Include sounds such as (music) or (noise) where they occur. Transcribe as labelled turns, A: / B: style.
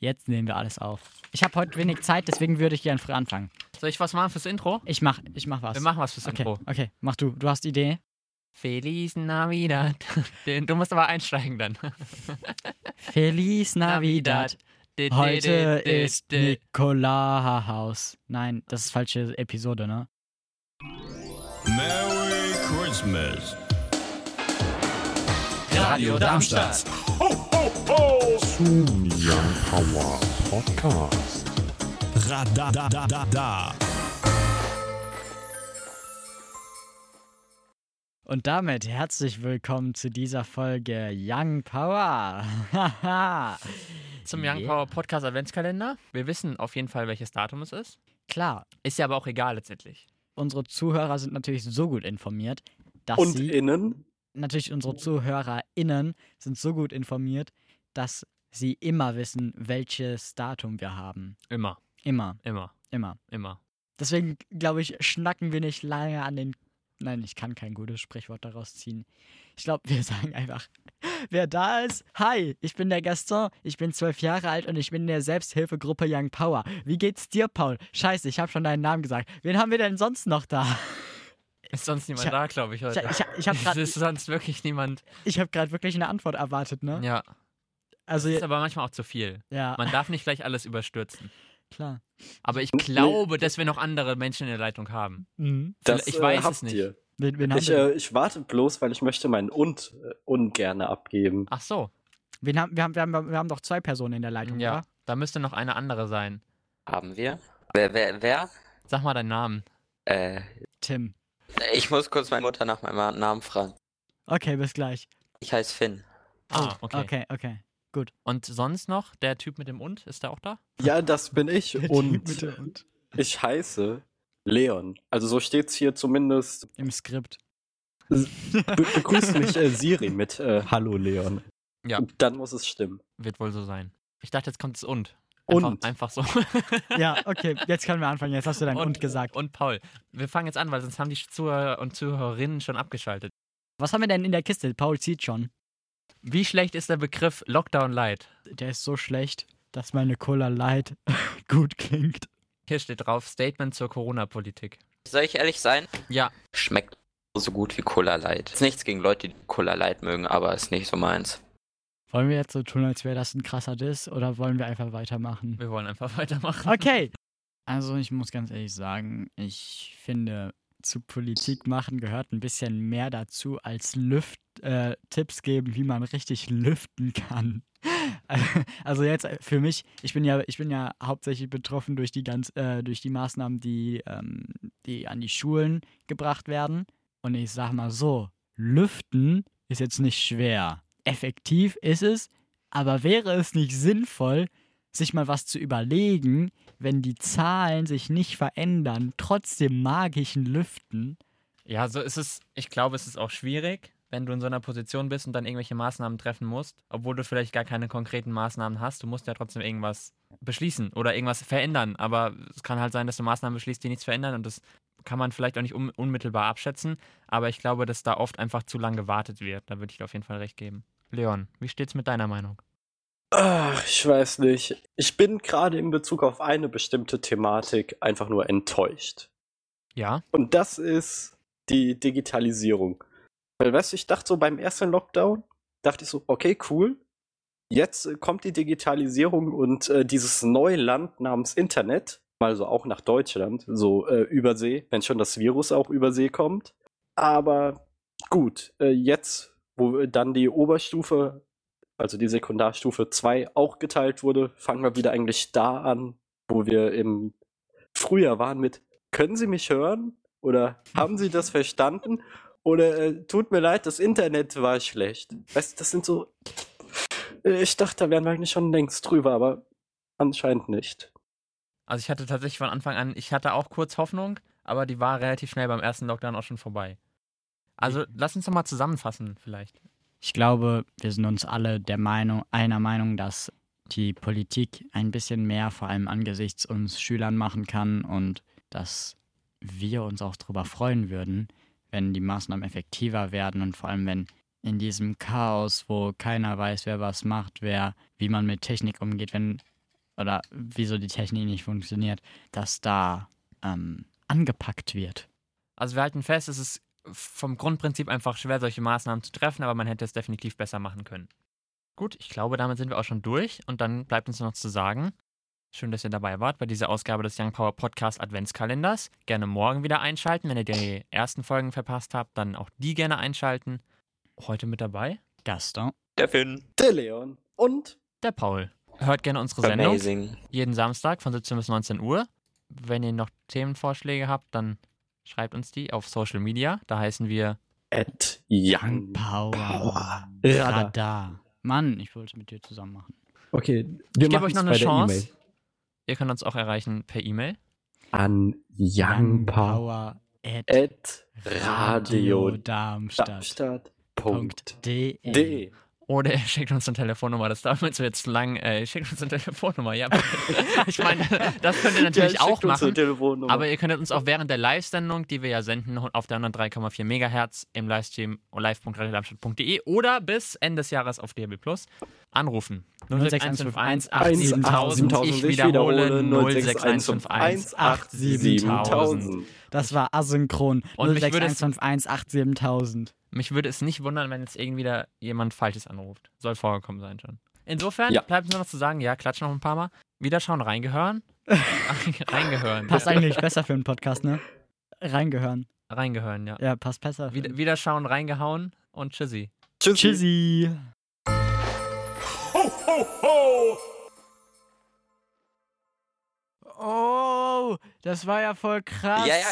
A: Jetzt nehmen wir alles auf. Ich habe heute wenig Zeit, deswegen würde ich gerne früh anfangen.
B: Soll ich was machen fürs Intro?
A: Ich mach, ich mach was.
B: Wir machen was fürs
A: okay,
B: Intro.
A: okay, mach du. Du hast die Idee.
B: Feliz Navidad. (laughs) Den- Du musst aber einsteigen dann.
A: Feliz (laughs)
B: (laughs)
A: Navidad. Heute ist Nikolaus. Nein, das ist falsche Episode, ne?
C: Merry Christmas.
B: Radio Darmstadt.
C: Radadadada.
A: Und damit herzlich willkommen zu dieser Folge Young Power. Haha.
B: (laughs) Zum Young
A: Yeah.
B: Power Podcast Adventskalender. Wir wissen auf jeden Fall, welches Datum es ist.
A: Klar,
B: Ist ja aber auch egal letztendlich.
A: unsere Zuhörer sind natürlich so gut informiert, dass
D: Und
A: sie
D: innen?
A: natürlich unsere ZuhörerInnen sind so gut informiert, dass sie immer wissen, welches Datum wir haben.
B: Immer,
A: Immer,
B: immer,
A: immer.
B: immer.
A: Deswegen, glaube ich, schnacken wir nicht lange an den. Nein, ich kann kein gutes Sprichwort daraus ziehen. Ich glaube, wir (laughs) sagen einfach, wer da ist. Hi, ich bin der Gaston, ich bin zwölf Jahre alt und ich bin in der Selbsthilfegruppe Young Power. Wie geht's dir, Paul? Scheiße, ich habe schon deinen Namen gesagt. Wen haben wir denn sonst noch da?
B: Ist sonst niemand
A: Ich
B: da, glaube ich,
A: Ich,
B: heute.
A: ich, ich
B: (laughs)
A: habe
B: es
A: gerade
B: Äh, ist sonst wirklich niemand.
A: hab grad wirklich eine Antwort erwartet, ne?
B: Ja,
A: also,
B: ist aber manchmal auch zu viel.
A: ja,
B: Man darf nicht gleich alles überstürzen.
A: klar.
B: Aber ich glaube, dass wir noch andere Menschen in der Leitung haben.
A: Mhm.
D: Das,
B: Ich weiß
D: äh, habt
B: es nicht.
D: Ihr.
A: Wen, wen, haben
D: Ich,
A: wir denn?
D: äh, ich warte bloß, weil ich möchte mein Und äh, ungerne abgeben.
B: Ach so,
A: wen haben, wir, haben, wir, haben, wir haben doch zwei Personen in der Leitung,
B: ja.
A: oder?
B: Da müsste noch eine andere sein.
E: Haben wir? Wer, wer, wer?
B: Sag mal deinen Namen.
E: Äh,
A: Tim.
E: ich muss kurz meine Mutter nach meinem Namen fragen.
A: Okay, bis gleich.
E: Ich heiße Finn.
B: Ah, okay.
A: Okay, okay.
B: Und sonst noch, der Typ mit dem Und, ist der auch da?
D: Ja, das bin
B: (laughs)
D: ich.
A: Mit
D: Und
A: der und.
D: ich heiße Leon. Also so steht's hier zumindest.
A: Im Skript.
D: Be begrüßt
B: (laughs)
D: mich äh, Siri mit äh, Hallo Leon.
B: Ja.
D: Dann muss es stimmen.
B: Wird wohl so sein. Ich dachte, jetzt kommt das Und. Einfach,
D: Und
B: einfach (laughs) so.
A: Ja, okay, jetzt können wir anfangen. Jetzt hast du dein und, gesagt.
B: Und Paul. Wir fangen jetzt an, weil sonst haben die Zuhörer und Zuhörerinnen schon abgeschaltet.
A: Was haben wir denn in der Kiste? Paul zieht schon.
B: Wie schlecht ist der Begriff Lockdown Light?
A: Der ist so schlecht, dass meine Cola Light (laughs) gut klingt.
B: Hier steht drauf Statement zur Corona-Politik.
E: Soll ich ehrlich sein?
B: Ja,
E: Schmeckt so gut wie Cola Light. Ist nichts gegen Leute, die Cola Light mögen, aber ist nicht so meins.
A: Wollen wir jetzt so tun, als wäre das ein krasser Diss oder wollen wir einfach weitermachen?
B: wir wollen einfach (laughs) weitermachen.
A: Okay. Also ich muss ganz ehrlich sagen, ich finde, zu Politik machen gehört ein bisschen mehr dazu, als Lüft, äh, Tipps geben, wie man richtig lüften kann. (laughs) Also jetzt äh, für mich, ich bin ja, ich bin ja hauptsächlich betroffen durch die ganz, äh, durch die Maßnahmen, die, ähm, die an die Schulen gebracht werden. Und ich sag mal so, lüften ist jetzt nicht schwer. Effektiv ist es, aber wäre es nicht sinnvoll, sich mal was zu überlegen, wenn die Zahlen sich nicht verändern, trotzdem magischen Lüften.
B: Ja, so ist es. Ich glaube, es ist auch schwierig, wenn du in so einer Position bist und dann irgendwelche Maßnahmen treffen musst, obwohl du vielleicht gar keine konkreten Maßnahmen hast. Du musst ja trotzdem irgendwas beschließen oder irgendwas verändern. Aber es kann halt sein, dass du Maßnahmen beschließt, die nichts verändern und das kann man vielleicht auch nicht un unmittelbar abschätzen. Aber ich glaube, dass da oft einfach zu lang gewartet wird. Da würde ich dir auf jeden Fall recht geben. Leon, wie steht's mit deiner Meinung?
D: Ach, ich weiß nicht. Ich bin gerade in Bezug auf eine bestimmte Thematik einfach nur enttäuscht.
B: Ja,
D: Und das ist die Digitalisierung. Weil, weißt du, ich dachte so beim ersten Lockdown, dachte ich so, okay, cool. Jetzt äh, kommt die Digitalisierung und äh, dieses Neuland namens Internet, mal so auch nach Deutschland, so äh, übersee, wenn schon das Virus auch übersee kommt. Aber gut, äh, jetzt, wo äh, dann die Oberstufe, also die Sekundarstufe 2 auch geteilt wurde, fangen wir wieder eigentlich da an, wo wir im Frühjahr waren mit können Sie mich hören? Oder haben Sie das verstanden? Oder äh, tut mir leid, das Internet war schlecht. Weißt du, das sind so. Äh, Ich dachte, da wären wir eigentlich schon längst drüber, aber anscheinend nicht.
B: also ich hatte tatsächlich von Anfang an, ich hatte auch kurz Hoffnung, aber die war relativ schnell beim ersten Lockdown auch schon vorbei. Also lass uns doch mal zusammenfassen vielleicht.
A: Ich glaube, wir sind uns alle der Meinung, einer Meinung, dass die Politik ein bisschen mehr, vor allem angesichts uns Schülern machen kann und dass wir uns auch darüber freuen würden, wenn die Maßnahmen effektiver werden und vor allem wenn in diesem Chaos, wo keiner weiß, wer was macht, wer, wie man mit Technik umgeht, wenn oder wieso die Technik nicht funktioniert, dass da ähm, angepackt wird.
B: Also wir halten fest, es ist vom Grundprinzip einfach schwer, solche Maßnahmen zu treffen, aber man hätte es definitiv besser machen können. Gut, ich glaube, damit sind wir auch schon durch und dann bleibt uns noch zu sagen, schön, dass ihr dabei wart bei dieser Ausgabe des Young Power Podcast Adventskalenders. Gerne morgen wieder einschalten, wenn ihr die ersten Folgen verpasst habt, dann auch die gerne einschalten. Heute mit dabei
A: Gaston.
E: Der Finn.
D: Der Leon und
B: der Paul. Hört gerne unsere Sendung
E: Amazing.
B: jeden Samstag von 17 bis 19 Uhr. Wenn ihr noch Themenvorschläge habt, dann schreibt uns die auf Social Media. Da heißen wir
D: Ed Young.
A: Power.
D: Power.
A: Radar. Mann, ich wollte es mit dir zusammen machen.
F: Okay, wir
B: Ich gebe
F: machen
B: euch noch
F: es
B: eine
F: bei der
B: Chance.
F: E-Mail.
B: Ihr könnt uns auch erreichen per E-Mail.
D: An
A: Young
D: Youngpower.
A: Power at
D: At
A: Radio
D: Radio
A: Darmstadt.
D: Darmstadt.de.
A: D. E.
B: Oder (laughs) ihr schickt uns eine Telefonnummer. Das darf jetzt jetzt lang. Äh, schickt uns eine Telefonnummer, ja. (laughs) ich meine, das könnt ihr natürlich auch machen. Aber ihr könntet uns auch während der Live-Sendung, die wir ja senden, auf der 103,4 Megahertz im Livestream live.radiodarmstadt.de oder bis Ende des Jahres auf DHB Plus anrufen.
A: 06151
B: 8000. Ich wiederhole 06151 8000.
A: 8000. Das war asynchron.
B: Und mich würde es-
A: 06151877000.
B: (laughs) Mich würde es nicht wundern, wenn jetzt irgendwie da jemand Falsches anruft. Soll vorgekommen sein schon. Insofern
D: Ja.
B: bleibt nur noch zu sagen, ja, klatsch noch ein paar Mal. Wiederschauen, reingehören. reingehören.
A: Passt eigentlich besser für einen Podcast, ne? Reingehören.
B: Reingehören, ja.
A: Ja, passt besser. für-
B: Wieder, wiederschauen, reingehauen und tschüssi.
D: Tschüssi.
A: Tschüssi. Oh, das war ja voll krass.
E: Ja, ja,